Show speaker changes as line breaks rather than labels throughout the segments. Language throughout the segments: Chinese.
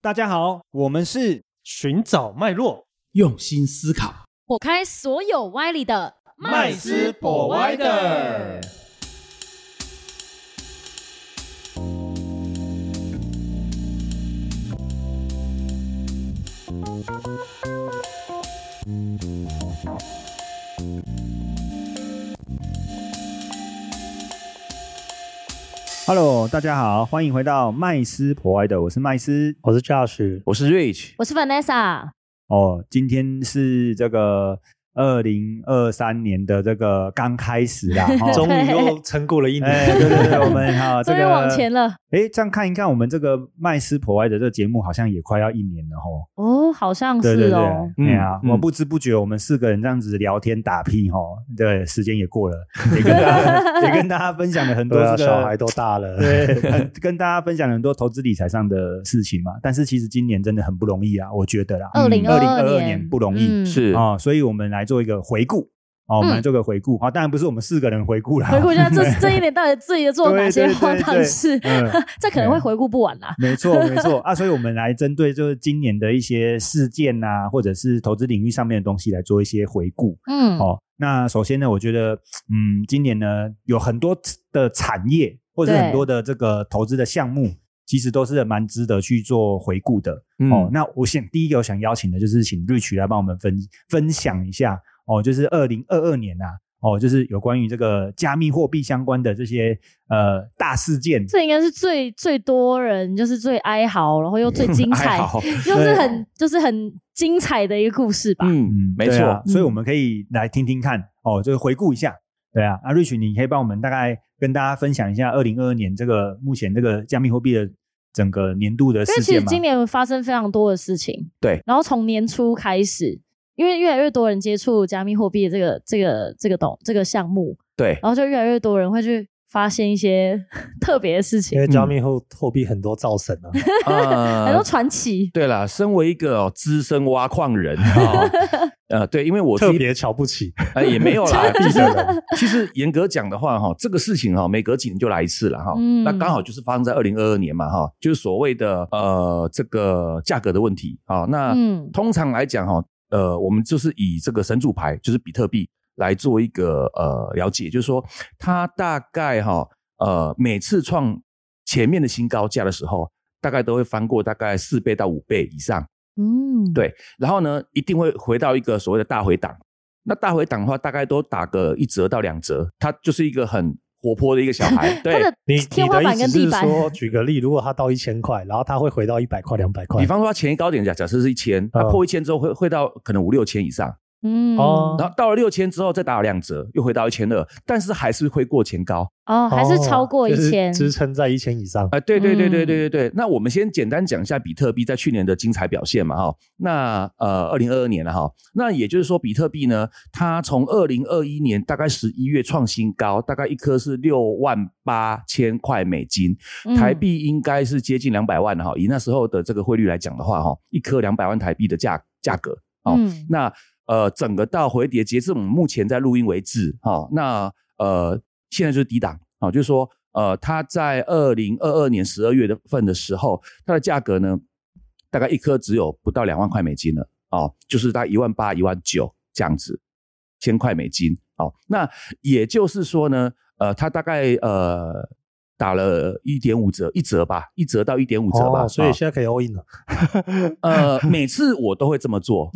大家好，我们是
寻找脉络，
用心思考。
火开所有歪理的
麦斯博歪的。Hello，大家好，欢迎回到麦斯 Provider，我是麦斯。
我是 Josh，
我是 Rich，
我是 Vanessa，
哦，今天是这个二零二三年的这个刚开始 啦，哦
终于又撑过了一
哎，
年。
对对对，我 们哈、这
终于
个
往前了
哎，这样看一看，我们这个麦斯 Provider 这个节目好像也快要一年了吼。
哦，好像
对
是
对对，
哦。
哎呀，
嗯
我不知不觉我们四个人这样子聊天打屁吼，对，时间也过 了，也跟大家也跟大家分享了很多
对啊，
这个
小孩都大了。
对，很跟大家分享了很多投资理财上的事情嘛。但是其实今年真的很不容易啊，我觉得啦，
二零
嗯二零
二
二
二
年不容易
嗯、
是
啊、所以我们来做一个回顾。哦，我们
嗯
来做个回顾啊、当然不是我们四个人回顾啦，
回顾一 下这这一年到底自己做了哪些
对对对
荒唐事
对 对嗯，
这可能会回顾不完啦。
没错，没错啊，所以我们来针对就是今年的一些事件呐、或者是投资领域上面的东西来做一些回顾。
嗯，
哦，那首先呢，我觉得，嗯，今年呢有很多的产业或者
对
很多的这个投资的项目，其实都是蛮值得去做回顾的。
嗯
哦，那我想第一个我想邀请的就是请 Rich 来帮我们分分享一下哦，就是二零二二年呐、哦，就是有关于这个加密货币相关的这些呃大事件，
这应该是最最多人，就是最哀嚎，然后又最精
还，
彩
好，
又是很就是很精彩的一个故事吧。
嗯，没
对
错，
啊所以我们可以来听听看哦，就是回顾一下。对啊，啊，Rich，你可以帮我们大概跟大家分享一下二零二二年这个目前这个加密货币的整个年度的
因
事
为其
件
实
吗？
今年发生非常多的事情，
对
然后从年初开始，因为越来越多人接触加密货币这个这个这个懂这个项目，
对，
然后就越来越多人会去发现一些 特别的事
因
情，
为加密后货币很多造神啊，
很多
呃，
传奇。
对啦，身为一个哦资深挖矿人 啊，呃，对，因为我自
特
己
别瞧不 起。
呃也没有啦，
地
其实
的人
其实严格讲的话哈，这个事情哈，每隔几年就来一次了哈
嗯。
那刚好就是发生在二零二二年嘛哈，就是所谓的呃这个价格的问题啊。那
嗯
通常来讲哈，呃，我们就是以这个神主牌，就是比特币来做一个呃了解，就是说它大概哈呃每次创前面的新高价的时候，大概都会翻过大概四倍到五倍以上，
嗯，
对然后呢一定会回到一个所谓的大回档。那大回档的话，大概都打个一折到两折，它就是一个很活泼的一个小 孩，
它
对
的。
你
天花板
你的
跟
意思
地
是
板
说，举个例，如果它到一千块，然后它会回到一百块、两百块
比。方说，它前一高点假假设是一千，它
嗯
破一千之后会会到可能五六千以上，
嗯
哦
然后到了六千之后再打两折，又回到一千二，但是还是会过前高。
哦，还是超过一
就是
千，
支撑在一千以上
啊、。对对对对对
嗯
对对。那我们先简单讲一下比特币在去年的精彩表现嘛哈。那呃，二零二二年了哈。那也就是说，比特币呢，它从二零二一年大概十一月创新高，大概一颗是六万八千块美金，
嗯
台币应该是接近两百万了哈。以那时候的这个汇率来讲的话哈，一颗两百万台币的价价格。哦
嗯
那呃，整个到回跌，截至我们目前在录音为止，哈、那呃，现在就是低档，啊、就是说呃，它在二零二二年十二月的份的时候，它的价格呢，大概一颗只有不到两万块美金了，哦，就是大概一万八、一万九这样子，千块美金，哦，那也就是说呢，呃，它大概呃。打了一点五折，一折吧，一折到一点五折吧、
哦，所以
啊
现在可以 all in 了。
呃，每次我都会这么做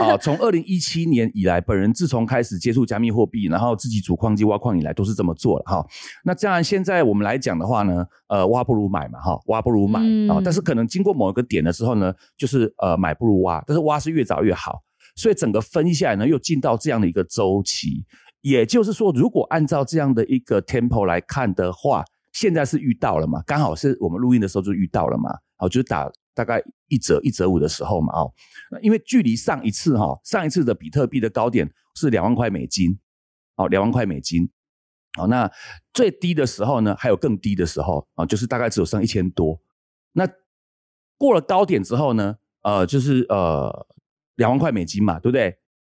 啊。从二零一七年以来，本人自从开始接触加密货币，然后自己主矿机挖矿以来，都是这么做了哈。那当然，现在我们来讲的话呢，呃，挖不如买嘛哈，挖不如买
嗯
啊。但是可能经过某一个点的时候呢，就是呃，买不如挖，但是挖是越早越好。所以整个分下来呢，又进到这样的一个周期。也就是说，如果按照这样的一个 tempo 来看的话，现在是遇到了嘛，刚好是我们录音的时候就遇到了嘛，好，就是打大概一折一折五的时候嘛，哦，那因为距离上一次哈、上一次的比特币的高点是两万块美金，哦，两万块美金，哦，那最低的时候呢，还有更低的时候啊、哦就是大概只有剩一千多，那过了高点之后呢，呃，就是呃两万块美金嘛，对不对？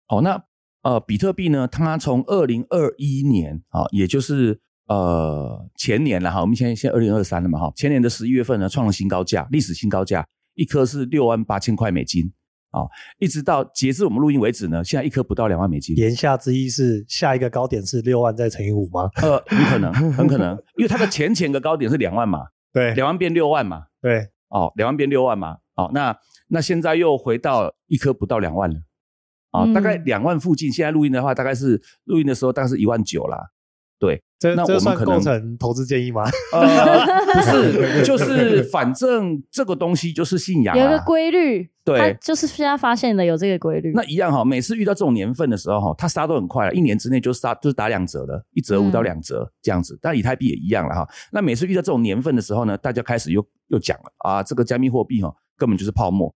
哦，那呃，比特币呢，它从二零二一年啊、也就是呃前年了哈，我们现在现在二零二三了嘛哈，前年的十一月份呢，创了新高价，历史新高价一颗是六万八千块美金啊、一直到截至我们录音为止呢，现在一颗不到两万美金，
言下之意是下一个高点是六万再乘以五吗？
呃，很可能，很可能，因为它的前前个高点是两万嘛，
对
两万变六万嘛，
对，
哦，两万变六万嘛，哦，那那现在又回到一颗不到两万了，啊、
嗯
大概两万附近。现在录音的话，大概是录音的时候大概是一万九 啦。
这
那我
这
们
算
可能
构成投资建议吗？
呃，不是，就是反正这个东西就是信仰、啊，
有一个规律，
对
他就是现在发现了有这个规律。
那一样哈、每次遇到这种年份的时候哈、它杀都很快啊了，一年之内就杀就是打两折了，一折五
嗯
到两折这样子。但以太币也一样了哈、那每次遇到这种年份的时候呢，大家开始又又讲了啊，这个加密货币哈、根本就是泡沫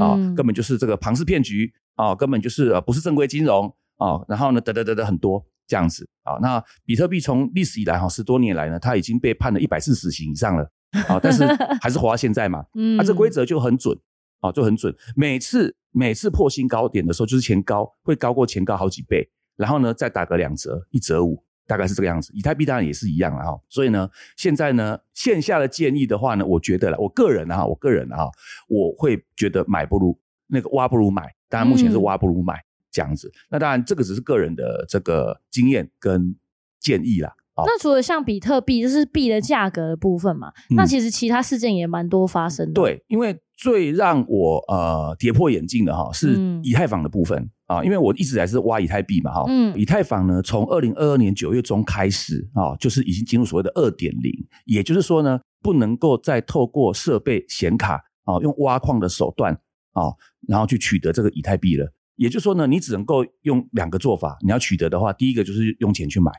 啊，
嗯
根本就是这个庞氏骗局啊，根本就是呃不是正规金融啊。然后呢，得得得得很多这样子啊。那比特币从历史以来哈、十多年来呢，它已经被判了一百次死刑以上了啊，但是还是活到现在嘛。
嗯
那、啊这规则就很准啊，就很准。每次每次破新高点的时候，就是前高会高过前高好几倍，然后呢再打个两折，一折五，大概是这个样子。以太币当然也是一样了哈、所以呢，现在呢线下的建议的话呢，我觉得啦，我个人啊，我个人啊，我会觉得买不如那个挖不如买，当然目前是
嗯
挖不如买、这样子。那当然这个只是个人的这个经验跟建议啦。啊。
那除了像比特币，就是币的价格的部分嘛，那
嗯
其实其他事件也蛮多发生的。，
对，因为最让我呃跌破眼镜的哈是
嗯
以太坊的部分啊、因为我一直还是挖以太币嘛哈。
嗯
以太坊呢，从二零二二年九月中开始啊、就是已经进入所谓的二点零，也就是说呢，不能够再透过设备显卡啊、用挖矿的手段啊、然后去取得这个以太币了。也就是说呢，你只能够用两个做法，你要取得的话，第一个就是用钱去买。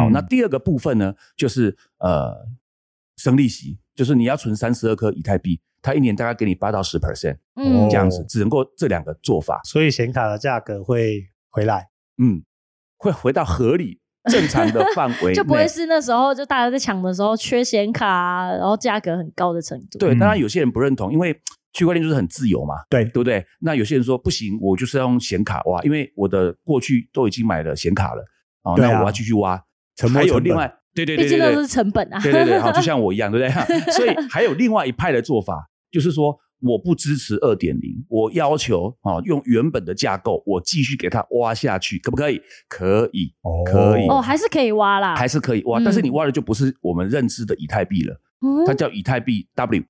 好、
嗯
那第二个部分呢，就是呃生利息，就是你要存三十二颗以太币，它一年大概给你八到十 percent
嗯
哦
这样子，只能够这两个做法，
所以显卡的价格会回来。
嗯，会回到合 理正常的范围内，
就不会是那时候就大家在抢的时候缺显卡啊、然后价格很高的程度。
对。
嗯
当然有些人不认同，因为区块链就是很自由嘛，
对
对不对？那有些人说不行，我就是要用显卡挖，因为我的过去都已经买了显卡了，哦，
对啊
那我要继续挖。
沉没
还有
成
另
本
外，对对对对
毕竟
对，
那都是成本啊。
对对对，好，就像我一样，对不 对？所以还有另外一派的做法，就是说我不支持二点零，我要求啊、哦、用原本的架构，我继续给它挖下去，可不可以？可以，
哦
可以，
哦，还是可以挖啦，
还
是
是可以挖，
嗯
但是你挖的就不是我们认知的以太币了，它叫以太币 W。W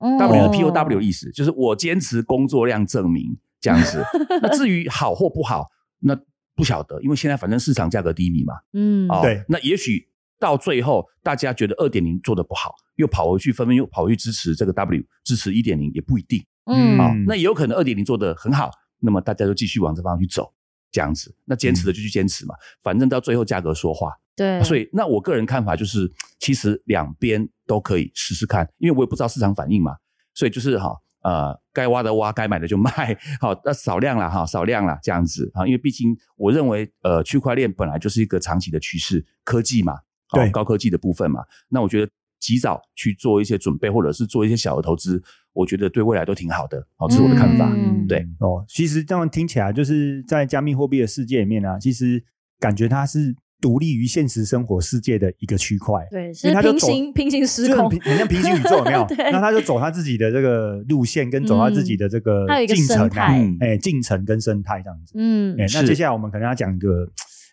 嗯哦
是 POW 的意思，就是我坚持工作量证明这样 子。那至于好或不好，那不晓得，因为现在反正市场价格低迷嘛，
嗯，
哦，
对
那也许到最后大家觉得二点零做的不好，又跑回去纷纷又跑回去支持这个 W，支持一点零也不一定
嗯，
啊、
嗯
那也有可能二点零做的很好，那么大家就继续往这方向去走，这样子。那坚持的就去坚持嘛，反正到最后价格说话。
对，
啊哦所以，那我个人看法就是，其实两边都可以试试看，因为我也不知道市场反应嘛，所以就是哈。呃，该挖的挖，该买的就卖，好，那少量啦，哈，少量啦，这样子啊，因为毕竟我认为，呃，区块链本来就是一个长期的趋势，科技嘛，好
对
高科技的部分嘛，那我觉得及早去做一些准备，或者是做一些小的投资，我觉得对未来都挺好的，好，这是我的看法，
嗯
对
哦，其实这样听起来，就是在加密货币的世界里面啊，其实感觉它是独立于现实生活世界的一个区块，
对，是
因为它就
平
走
行平行时
就很
空
平，很像平行宇宙有没有
对？
那他就走他自己的这个路线，跟走他自己的这个
它有一个
进程
生
啊
态，
嗯
哎，进程跟生态这样子。
嗯，
哎，那
是
接下来我们可能要讲一个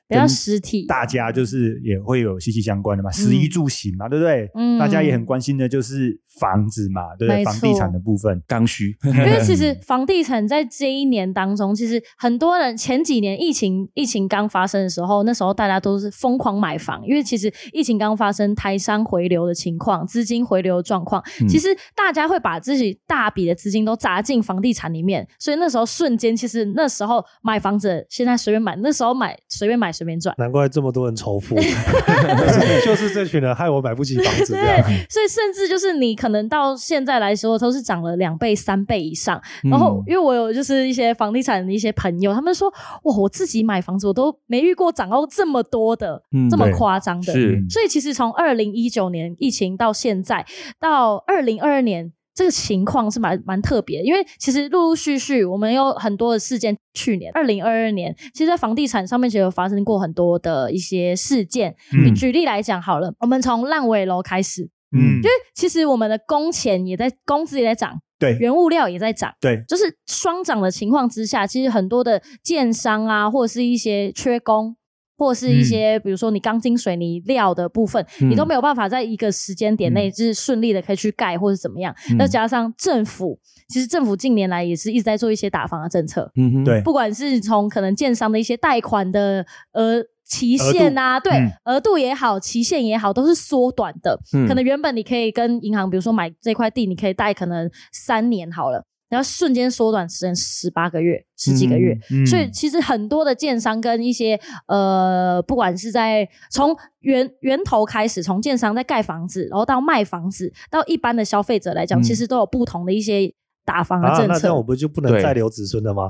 比较
跟
实体，
大家就是也会有息息相关的嘛，食衣住行嘛，对不对？
嗯
大家也很关心的就是房子嘛，对不对？
没
房地
错
产的部分，
刚需，
因为其实房地产在这一年当中，其实很多人前几年疫情疫情刚发生的时候，那时候大家都是疯狂买房，因为其实疫情刚发生，台商回流的情况，资金回流的状况，
嗯
其实大家会把自己大笔的资金都砸进房地产里面，所以那时候瞬间，其实那时候买房子，现在随便买，那时候买随便买随便赚。
难怪这么多人仇 富，就是就是这群人害我买不起房子这样。
所以甚至就是你可能到现在来说都是涨了两倍、三倍以上。然后因为我有就是一些房地产的一些朋友，他们说哇，我自己买房子我都没遇过涨到这么多的，
嗯
这么
对
夸张的。
是
嗯
所以其实从二零一九年疫情到现在，到二零二二年。这个情况是蛮蛮特别，因为其实陆陆续续我们有很多的事件。去年二零二二年，其实，在房地产上面其实有发生过很多的一些事件。
嗯
举例来讲好了，我们从烂尾楼开始，
嗯
因为其实我们的工钱也在工资也在涨，
对
原物料也在涨。
对，
就是双涨的情况之下，其实很多的建商啊，或者是一些缺工，或者是一些、
嗯
比如说你钢筋水泥料的部分，你都没有办法在一个时间点
嗯
内就是顺利的可以去盖或者怎么样。
嗯
那、加上政府，其实政府近年来也是一直在做一些打房的政策，
嗯哼，
对
不管是从可能建商的一些贷款的呃。期限啊，对
嗯，
额度也好，期限也好，都是缩短的。
嗯
可能原本你可以跟银行，比如说买这块地，你可以贷可能三年好了，然后瞬间缩短成十八个月、十几个月。
嗯
所以其实很多的建商跟一些呃，不管是在从源源头开始，从建商在盖房子，然后到卖房子，到一般的消费者来讲，
嗯
其实都有不同的一些打房的
啊，
政
那这样我
策。
不就不能
对
再留子孙了 吗？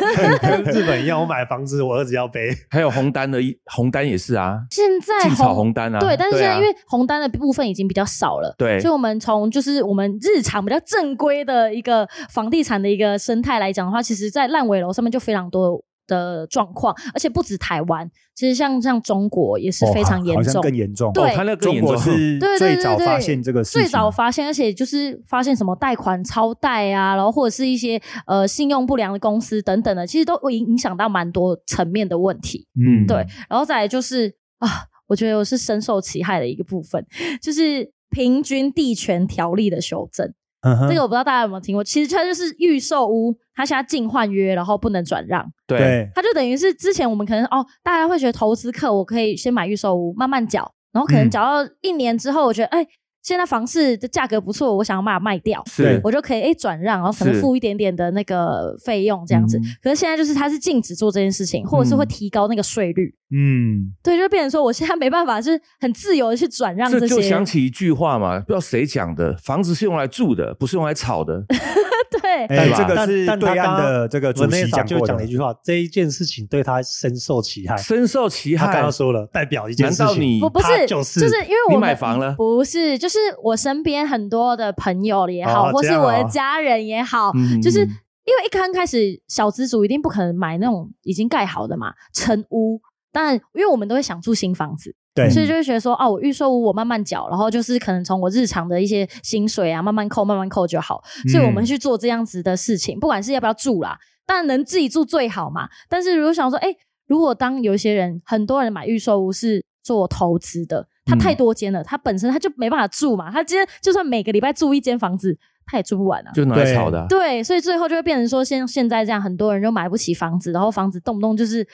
跟日本一样，我买房子，我儿子要背。
还有红单的一红单也是啊，
现在
禁炒红单啊，
对，但是现在
啊
因为红单的部分已经比较少了，
对
所以我们从就是我们日常比较正规的一个房地产的一个生态来讲的话，其实在烂尾楼上面就非常多的状况，而且不止台湾，其实像像中国也是
哦
非
好
常严
好像
重，
更严重。
对
哦，他那个更
中
严
国
重，
是
对对对
最早
对
发现这个事情，
最早发现，而且就是发现什么贷款超贷啊，然后或者是一些呃信用不良的公司等等的，其实都会影影响到蛮多层面的问题。
嗯，
对，然后再来就是啊，我觉得我是深受其害的一个部分，就是平均地权条例的修正。
嗯哼
这个我不知道大家有没有听过，其实它就是预售屋，它现在进换约，然后不能转让，
对，
对
它就等于是之前我们可能哦，大家会觉得投资客我可以先买预售屋，慢慢缴，然后可能
嗯
缴到一年之后，我觉得哎。现在房市的价格不错，我想要把它卖掉，
是
我就可以哎转让，然后可能
是
付一点点的那个费用这样子。
嗯
可是现在就是它是禁止做这件事情，或者是会
嗯
提高那个税率，
嗯，
对，就变成说我现在没办法，就是很自由的去转让
这
些。
就想起一句话嘛，不知道谁讲的，房子是用来住的，不是用来炒的。
哎，
对，
对吧
这个
但
是
但他
对岸
刚
的这个主席
Vanessa
讲
就
过
讲
的
了一，句话，这一件事情对他深受其害。
深受其
他刚
害
刚。说了，代表一件
难
事情。
道你
不不
他
是，
就是
就是因为我
你
们
买房了
不是，就是我身边很多的朋友也好，
哦
或
这
是
样
我的
哦
家人也好，
嗯
就是因为一刚开始小资主一定不可能买那种已经盖好的嘛，成屋。但因为我们都会想住新房子，
嗯
对，
所以就会觉得说，哦，我预售屋我慢慢缴，然后就是可能从我日常的一些薪水啊慢慢扣，慢慢扣就好。所以我们去做这样子的事情，不管是要不要住啦，当然能自己住最好嘛。但是如果想说，哎、如果当有一些人，很多人买预售屋是做投资的，他
嗯
太多间了，他本身他就没办法住嘛，他今天就算每个礼拜住一间房子，他也住不完啊。
就拿来炒的啊、
对，所以最后就会变成说，现现在这样，很多人就买不起房子，然后房子动不动就是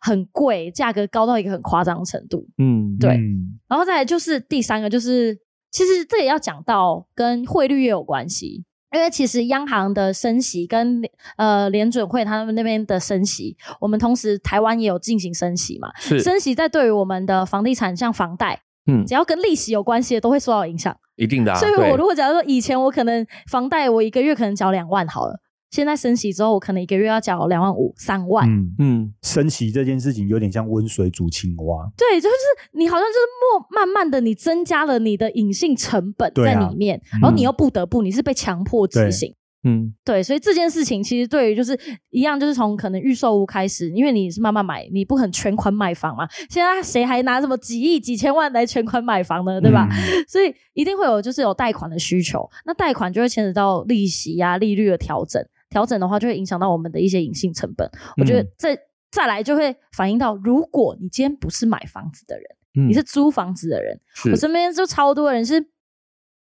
很贵，价格高到一个很夸张的程度。
嗯，
对
嗯
然后再来就是第三个，就是其实这也要讲到跟汇率也有关系，因为其实央行的升息跟呃联准会他们那边的升息，我们同时台湾也有进行升息嘛，
是
升息在对于我们的房地产像房贷，
嗯
只要跟利息有关系的都会受到影响。
一定的、啊。
所以
对
我如果假如说以前我可能房贷我一个月可能缴两万好了，现在升息之后我可能一个月要缴两万五、三万，
嗯，
嗯，
升息这件事情有点像温水煮青蛙，
对，就是你好像就是默慢慢的，你增加了你的隐性成本
对
在
啊
里面，
嗯
然后你又不得不，你是被强迫执行。
嗯
对，所以这件事情其实对于就是一样，就是从可能预售屋开始，因为你是慢慢买，你不肯全款买房嘛。现在谁还拿什么几亿、几千万来全款买房呢？对吧？
嗯？
所以一定会有就是有贷款的需求，那贷款就会牵扯到利息呀、利率的调整，调整的话就会影响到我们的一些隐性成本。我觉
嗯
得这再来就会反映到，如果你今天不是买房子的人，
嗯
你是租房子的人，
是
我身边就超多人是。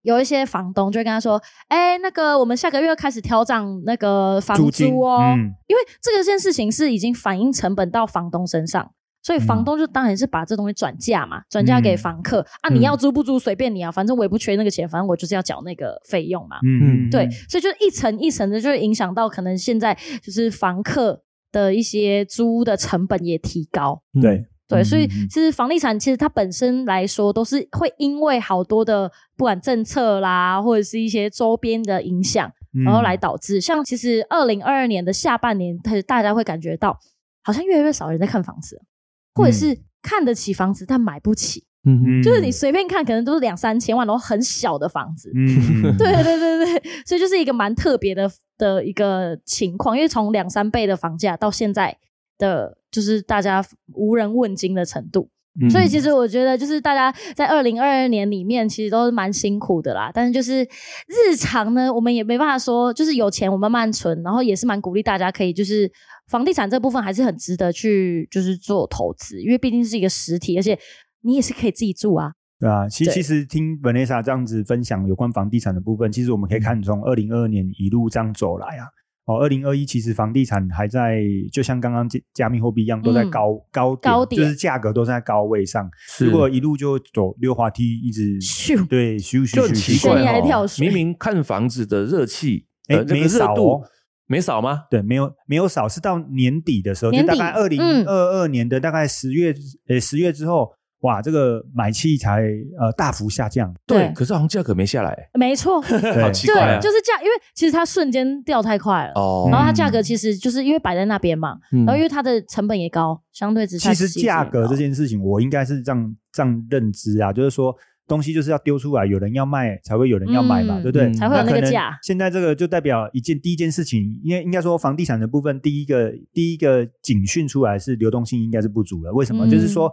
有一些房东就会跟他说：“哎、那个我们下个月开始调涨那个房
租金
租哦，
嗯
因为这个件事情是已经反映成本到房东身上，所以
嗯
房东就当然是把这东西转嫁嘛，转嫁给房客、啊，你要
嗯
租不租随便你啊，反正我也不缺那个钱，反正我就是要缴那个费用嘛。
嗯，
对，所以就一层一层的，就会影响到可能现在就是房客的一些租屋的成本也提高。
嗯对，
对，
嗯
所以
嗯嗯
其实房地产其实它本身来说都是会因为好多的不管政策啦，或者是一些周边的影响，
嗯
然后来导致像其实二零二二年的下半年，它大家会感觉到好像越来越少人在看房子，或者是看得起房子但买不起，
嗯
嗯
就是你随便看可能都是两三千万，然后很小的房子。
嗯，
对对对对，所以就是一个蛮特别的的一个情况，因为从两三倍的房价到现在的，就是大家无人问津的程度。
嗯
所以其实我觉得，就是大家在二零二二年里面，其实都是蛮辛苦的啦。但是就是日常呢，我们也没办法说，就是有钱我慢慢存，然后也是蛮鼓励大家可以就是房地产这部分还是很值得去就是做投资，因为毕竟是一个实体，而且你也是可以自己住啊。
对啊，其
对
其实听 Vanessa 这样子分享有关房地产的部分，其实我
嗯
们可以看从二零二二年一路这样走来啊。哦，二零二一其实房地产还在，就像刚刚加加密货币一样，都在
嗯
高、高点
高点
就是价格都在高位上。
是
如果一路就走溜滑梯，一直
咻
对，咻咻
就很
咻
奇
咻，
怪
悬崖
哦
跳水
明明看房子的热气，
哎
呃，那
没
个热
少
度
哦
没少吗？
对，没有没有少，是到年底的时候，就
年
大
底
概二零
嗯
二二年的大概十月，呃，十月之后，哇，这个买气才呃大幅下降，
对
可是好像价格没下来，
没错，
对
好奇
对
怪啊，！
就是这样，因为其实它瞬间掉太快了。
嗯
哦，
然后它价格其实就是因为摆在那边嘛，
嗯
然后因为它的成本也高，相对之
其
下
实价格这
些
件事情，我应该是这样这样认知啊，就是说东西就是要丢出来，有人要卖才会有人要买嘛，
嗯
对不对？
嗯
才会有那
可
个
能
价。
现在这个就代表一件第一件事情，应该应该说房地产的部分，第一个第一个警讯出来是流动性应该是不足了。为什么？
嗯
就是说，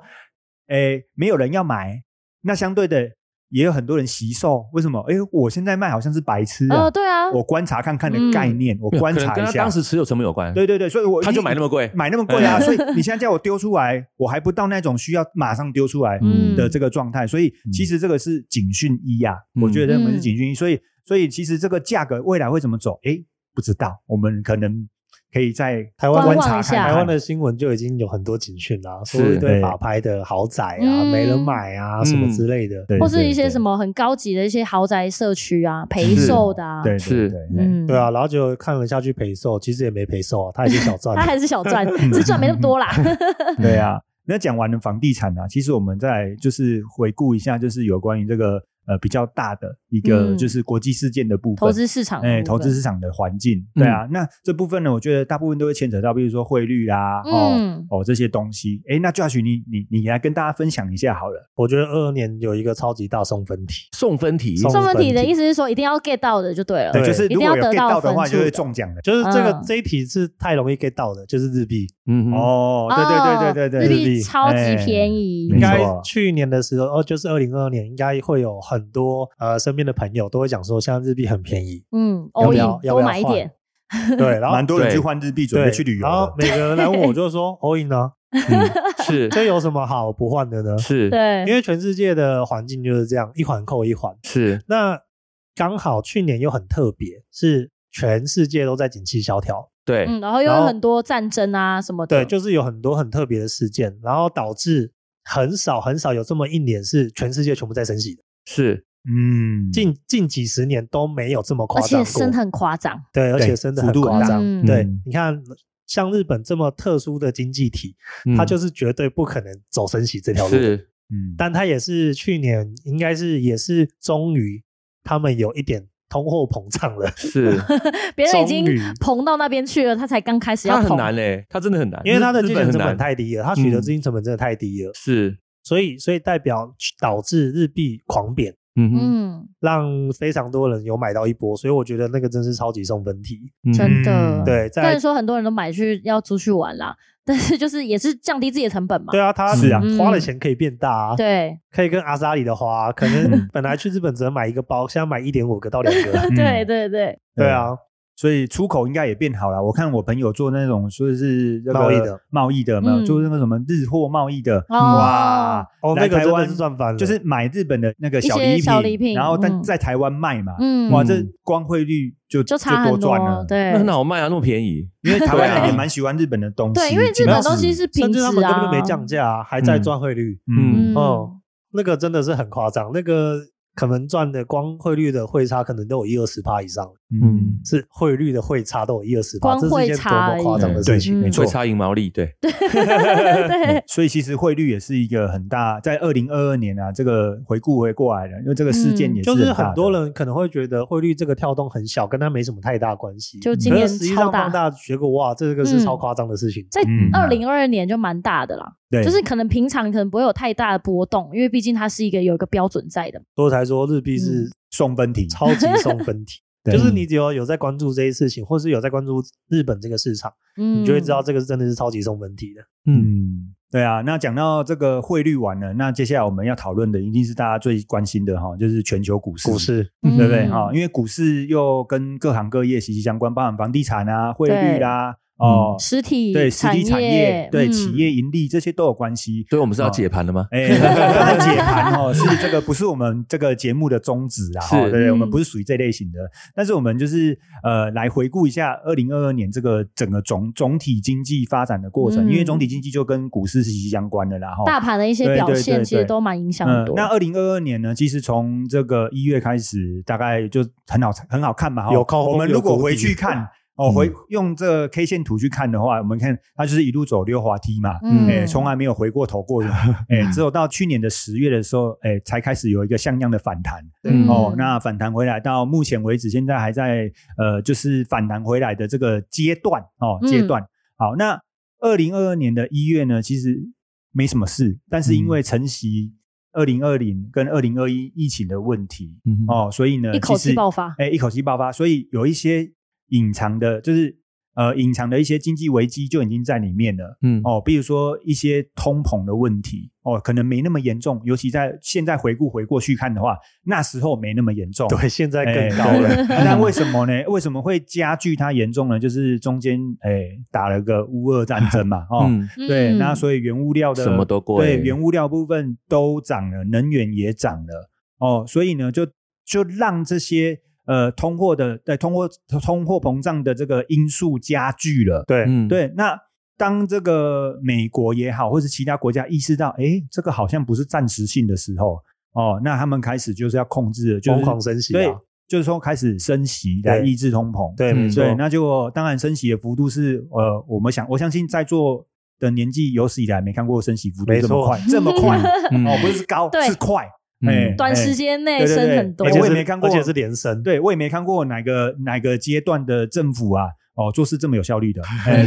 诶，没有人要买，那相对的也有很多人惜售。为什么？诶，我现在卖好像是白痴啊。
呃，对啊，
我观察看看的
嗯
概念，我
没有
观
可能
察
跟
一
他
下。
当时持有成本有关，
对对对，所以我
他就买那么贵，
买那么贵啊，
哎
嗯
所以你现在叫我丢出来，我还不到那种需要马上丢出来
嗯
的这个状态，所以
嗯
其实这个是警讯一啊，
嗯
我觉得认为是警讯一，所以所以其实这个价格未来会怎么走，诶，不知道，我们可能可以在
台湾
观
观望
察
一下
看看
台湾的新闻就已经有很多警讯啦，说
是
一堆法拍的豪宅啊，
嗯
没人买啊，
嗯
什么之类的。
对
或是一些什
么
么很高级的一些豪宅社区啊，陪售的啊，
对对对
是
对
嗯，
对啊，，然后就看了下去陪售，其实也没陪售啊，他也是 小赚
他
啊。
还是小 赚，只是赚没那么多啦。
对啊，那讲完了房地产啊，其实我们再就是回顾一下，就是有关于这个呃比较大的一个
嗯
就是国际事件的部分，
投资市场的部分，嗯
哎，投资市场的环境，对啊，那这部分呢，我觉得大部分都会牵扯到，比如说汇率啊，哦
嗯，
哦这些东西。哎，那 Josh，你你你来跟大家分享一下好了。
我觉得二二年有一个超级大送分题，
送分题，
送
送分题的
分题
意思是说一定要 get 到的就对了。
对，
对
就是
一定
如果
要
有
得
get
到
到的话，
分数
就会
的
中奖的。
就是这个
嗯
这一题是太容易 get 到的，就是日币。
嗯哼，
哦，对对对对对
日
对，哎
币超级便
宜，
宜
没
应，该
错啊
去年的时候，哦，就是二零二二年，应该会有很多呃身边的朋友都会讲说，现在日币很便 宜，
嗯
要
，all
不要
in
要不
多
要
买一
换
点，
对，然后
蛮多人
对
去换日币准备
对
去旅游
然后
的。
每个人来问我，就说 all in 呢，
嗯 是
这有什么好不换的 呢？
是
对，
因为全世界的环境就是这样，一环扣一环。
是，
那刚好去年又很特别，是全世界都在景气萧条，
对，
嗯，然后又
然
有
后
很多战争啊什么的，
对，
嗯
就是有很多很特别的事件，然后导致很少很少有这么一年是全世界全部在升息的，
是
嗯，
近近几十年都没有这么夸
而
张
且
过，
升很夸张，
对，而
对
且升的
幅
很
度很
夸
大
张，
嗯
对
嗯，
你看。像日本这么特殊的经济体，它
嗯
就是绝对不可能走升息这条路的。
是
嗯，
但它也是去年应该是也是终于他们有一点通货膨胀了，
是，
别人已经
终于
膨到那边去了，他才刚开嗯始要
它很
膨，
难嘞，它真的很难，
因为它的
日
借
本
钱
很
成
难
本太低了，它取得
嗯
资金成本真的太低了，
是，
所以所以代表导致日币狂贬，
嗯哼，
嗯，
让非常多人有买到一波，所以我觉得那个真是超级送分题。
嗯
真的，
嗯
对，
虽然
在
说很多人都买去要出去玩啦，但是就是也是降低自己的成本嘛。
对啊，它
是啊。
花的钱可以变大啊，
嗯对
可以跟阿扎里的花，啊可能本来去日本只能买一个包，现在买一点五个到两个啊
嗯
对对对，
对啊，
嗯所以出口应该也变好了。我看我朋友做那种说是这个
贸易的
贸易的，有没有
嗯
做那个什么日货贸易的，
哦
哇，
哦，
来
那个
台
真的
湾
是赚翻了，
就是买日本的那个小
一些
礼
小礼品
然后但
嗯
在台湾卖嘛，
嗯，
哇，
嗯
这光汇率就
就差很
多赚了，
对
那很好卖啊，那么便宜，
嗯
因为台湾人
对啊
也蛮喜欢日本的东西，
对，因为日
基本
本
上
东西是
甚
平
至
质
他们根本
啊，
就没降价啊，还在
嗯
赚汇率，
嗯
嗯
嗯
哦，那个真的是很夸张，那个可能赚的光汇率的汇差可能都有一二十趴以上，
嗯
是汇率的汇差都有一二十趴，
光
这是一件多
汇差而
么
已
夸张的
对
事情。
嗯
没错
会。差赢毛利，对，
嗯
对，
所以其实汇率也是一个很大，在二零二二年啊，这个回顾回过来了，因为这个事件
嗯
也
就是
很大
很多
的
人可能会觉得汇率这个跳动很小，跟它没什么太大关系。
就今
可
年
是实际
超
上放大，
大，
结果哇，这个
嗯
是超夸张的事情。
在
嗯
哎二零二二年就蛮大的啦，
对，
就是可能平常可能不会有太大的波动，因为毕竟它是一个有一个标准在的，
所以我才说日币
嗯
是
送分题，
超级送分 题，
对
就是你只要有在关注这些事情，或是有在关注日本这个市场，
嗯，
你就会知道这个真的是超级送分题的。
嗯，对啊，那讲到这个汇率完了，那接下来我们要讨论的一定是大家最关心的哈，就是全球股市，
股市
嗯
对不对哈？因为股市又跟各行各业息息相关，包含房地产啊、汇率啦、哦，
实体
对实体产业、对
嗯
企业盈利这些都有关系。
所以我们是要解盘的吗？
哎，当然解盘哦，是这个不是我们这个节目的宗旨啊，
是
哈对不对？
嗯
我们不是属于这类型的，但是我们就是呃，来回顾一下二零二二年这个整个总总体经济发展的过程，
嗯
因为总体经济就跟股市息息相关的啦，哈。
大盘的一些表
对对对
现，
对
其实都蛮影响很
嗯，
多。
那二零二二年呢？其实从这个一月开始，大概就很好很好看嘛。哈
有高峰
我们
有
如果
谷底嗯
回去 看哦，回用这个 K 线图去看的话，我们看它就是一路走溜滑梯嘛。
嗯
哎，从来没有回过头 过，哎，只有到去年的十月的时候，哎，才开始有一个像样的反弹
嗯
哦。那反弹回来到目前为止，现在还在呃，就是反弹回来的这个阶段哦，
嗯
阶段。好，那二零二二年的一月呢，其实没什么事，但是
嗯
因为承袭二零二零跟二零二一疫情的问题、
嗯
哦，所以呢，
一口
其
气
实
爆发，
哎，一口气爆发，所以有一些隐藏的，就是呃隐藏的一些经济危机就已经在里面了。
嗯
哦，比如说一些通膨的问题，哦，可能没那么严重，尤其在现在回顾回过去看的话，那时候没那么严重，
对，现在
哎
更高了。
对那为什么呢？为什么会加剧它严重呢？就是中间哎打了个乌俄战争嘛，哦，
嗯
对，
嗯
那所以原物料的
什么都贵
对，原物料部分都涨了，能源也涨了，哦，所以呢，就就让这些呃通货的对通货通货膨胀的这个因素加剧了，
对，
嗯，
对，那当这个美国也好，或是其他国家意识到，哎，这个好像不是暂时性的时候，哦，那他们开始就是要控制了，就是
疯狂升息啊
对，就是说开始升息来
对
抑制通膨，
对，
嗯
没错
对，，那就当然升息的幅度是，呃，我们想我相信在座的年纪有史以来没看过升息幅度
没
这么
错
快，这么 快
嗯
哦，不是高
对
是快，
嗯
哎，
短时
哎
间内
对对
升
对
很多
而，且
我
是
也没看过
而且是连升，
对我也没看过哪个哪个阶段的政府啊，哦，做事这么有效率 的。哎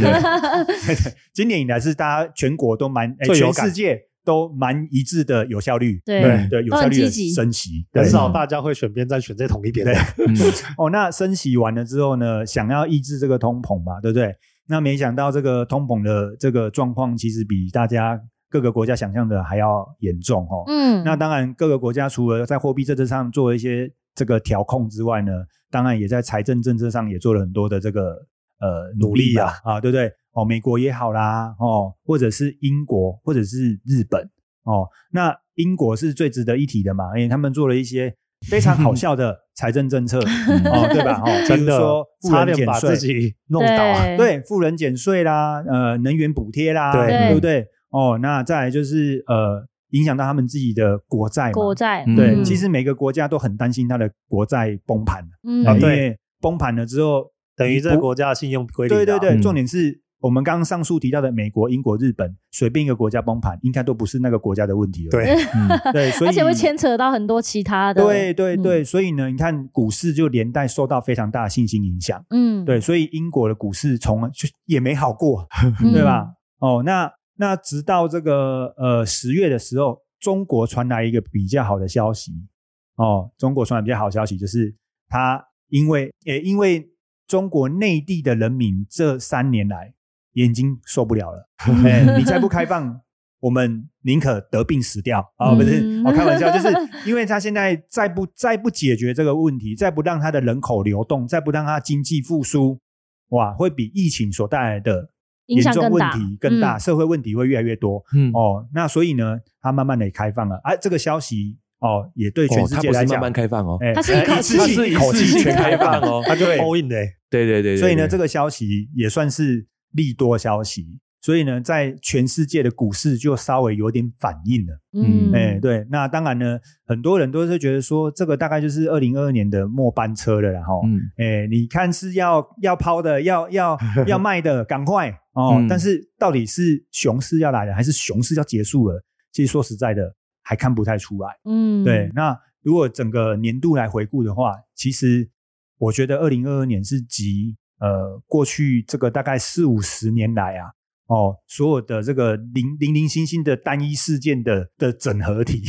对对今年以来是大家全国都蛮，哎
最有
全
感
世界都蛮一致的有效率，
对
对，有
都
效
很
率的
积极
升息，对
很少大家会选边站，选在同一边的。
嗯
哦，那升息完了之后呢，想要抑制这个通膨嘛，对不对？那没想到这个通膨的这个状况，其实比大家各个国家想象的还要严重哦。
嗯，
那当然，各个国家除了在货币政策上做一些这个调控之外呢，当然也在财政政策上也做了很多的这个呃
努力
吧啊，对不对？哦，美国也好啦，哦，或者是英国，或者是日本，哦，那英国是最值得一提的嘛，因为他们做了一些非常好笑的财政政策，
嗯
哦，对吧？哦，比
真
如
的
说，富
差
人
点
减
把
税
自，己
嗯
弄倒啊！
对，富人减税啦，呃，能源补贴啦，
对
对不对？哦，那再来就是呃，影响到他们自己的国债嘛，
国债，
嗯
对，
嗯
其实每个国家都很担心它的国债崩盘，哦
嗯
啊
因
对
为崩盘了之后，
等于这
你
个
不
国家的信用归零啊。
对对对，
嗯
重点是我们刚刚上述提到的美国、英国、日本，随便一个国家崩盘，应该都不是那个国家的问题了。
对
嗯对，所以
而且会牵扯到很多其他的，嗯
对对对，所以呢，你看股市就连带受到非常大的信心影响。
嗯，嗯，
对，所以英国的股市从就也没好过，
嗯
对吧？？哦，那那直到这个呃十月的时候，中国传来一个比较好的消息哦，中国传来比较好的消息就是，它因为也因为中国内地的人民这三年来也已经受不了了， 哎，你再不开放。我们宁可得病死掉啊、哦！不是，
嗯
我、开玩笑， 就是因为他现在再不再不解决这个问题，再不让他的人口流动，再不让他经济复苏，哇，会比疫情所带来的
影
严
响
重
更
问
大
题更大，
嗯
社会问题会越来越多。
嗯
哦，那所以呢，它慢慢的开放了，啊，这个消息哦，也对全
哦，
世
它
界
不
来
是
讲
慢，慢开放哦，
哎
它是一口
哎
气
次
它
性
是
一
一
口
口
气
气
全
全
开
开
放
放
哦，，
哦
它就
对，all in 的，
对对对对，
所以呢，
对
这个消息也算是利多消息，所以呢，在全世界的股市就稍微有点反应了。
嗯
哎、，对，那当然呢，很多人都是觉得说，这个大概就是二零二二年的末班车了啦，然后、
嗯
哎，你看是要要抛的，要要要卖的，赶快哦！
嗯
但是到底是熊市要来了，还是熊市要结束了？其实说实在的，还看不太出来。
嗯，
对，，那如果整个年度来回顾的话，其实我觉得二零二二年是集呃过去这个大概四五十年来啊，哦，所有的这个零零零星 星的单一事件的的整合体，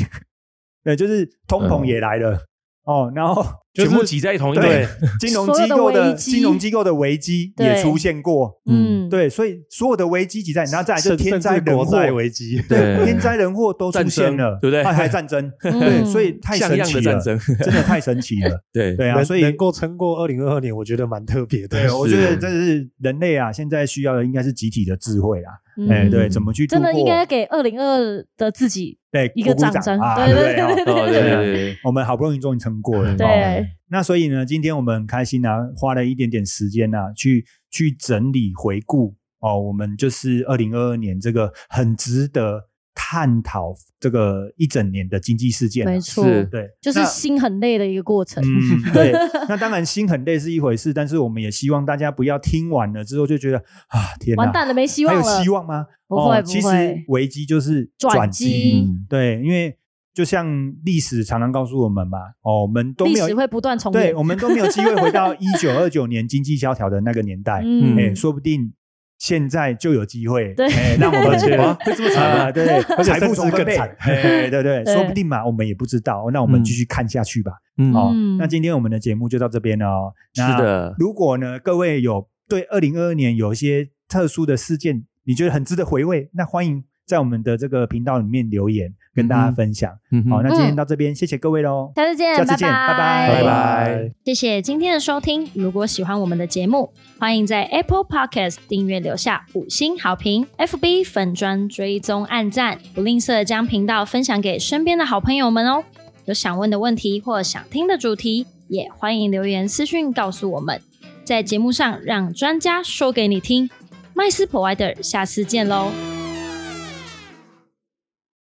对，就是通膨也来了。哦，然后
就是
全部挤在同一
对
类。
金融
所有
机
的
构的
危机
金融机构的危机也
对
出现过，
嗯，，
对，所以所有的危机集在，然后再来就
甚
天灾
甚至
人
国
祸，
债危机，
对
对
天灾人祸都出
战
现
争
了，
对不对
啊还战 争，对，
嗯
所以太
像
神
样
奇
的
了
战，争，
真的太神奇了，
对哦
对啊，
能
所以
能够撑过二零二二年，我觉得蛮特别的。
对，我觉得
是
这是人类啊，现在需要的应该是集体的智慧啦，
嗯
哎，对，怎么去度
真的应该
过
给二零二的自己
对
一个
鼓鼓
掌
掌
声，
啊，
对
对
对
啊
对
哦，对对对对，
我们好不容易终于撑过了，哦
对，
那所以呢，今天我们很开心啊，花了一点点时间啊，去去整理回顾哦，我们就是二零二二年这个很值得探讨这个一整年的经济事件啊、
没错，
是
对，
就是
那
心很累的一个过程。
嗯，对。那当然心很累是一回事，但是我们也希望大家不要听完了之后就觉得啊，天哪，
完蛋了，没希望了。
还有希望吗？
不会
哦
不
其实
会
危机就是
转
转
机
嗯
对，因为就像历史常常告诉我们嘛，哦，我们都
历
没有
史会不断重演。
对，我们都没有机会回 到一九二九年经济萧条的那个年代，
嗯，
哎，说不定现在就有机会，
对
嗯
哎，让 我们
而且
哇会这么惨啊？对，
而且
财富
甚至
重分
更
配
惨
哎，对对，
对
说不定嘛，我们也不知道，那我们
嗯
继续看下去吧。
嗯
哦
嗯，
那今天我们的节目就到这边了哦。
是
那
的
如果呢，各位有对二零二二年有一些特殊的事件，你觉得很值得回味，那欢迎在我们的这个频道里面留言跟大家
嗯哼
分享。
嗯哼
好，那今天
嗯
到这边，谢谢各位喽，
下次见，
下次见，
拜
拜
拜拜
谢谢今天的收听。如果喜欢我们的节目，欢迎在 Apple Podcast 订阅留下五星好评，FB 粉砖追踪按赞，不吝啬将频道分享给身边的好朋友们哦。有想问的问题或想听的主题，也欢迎留言私讯告诉我们，在节目上让专家说给你听。麦斯 Provider，下次见喽。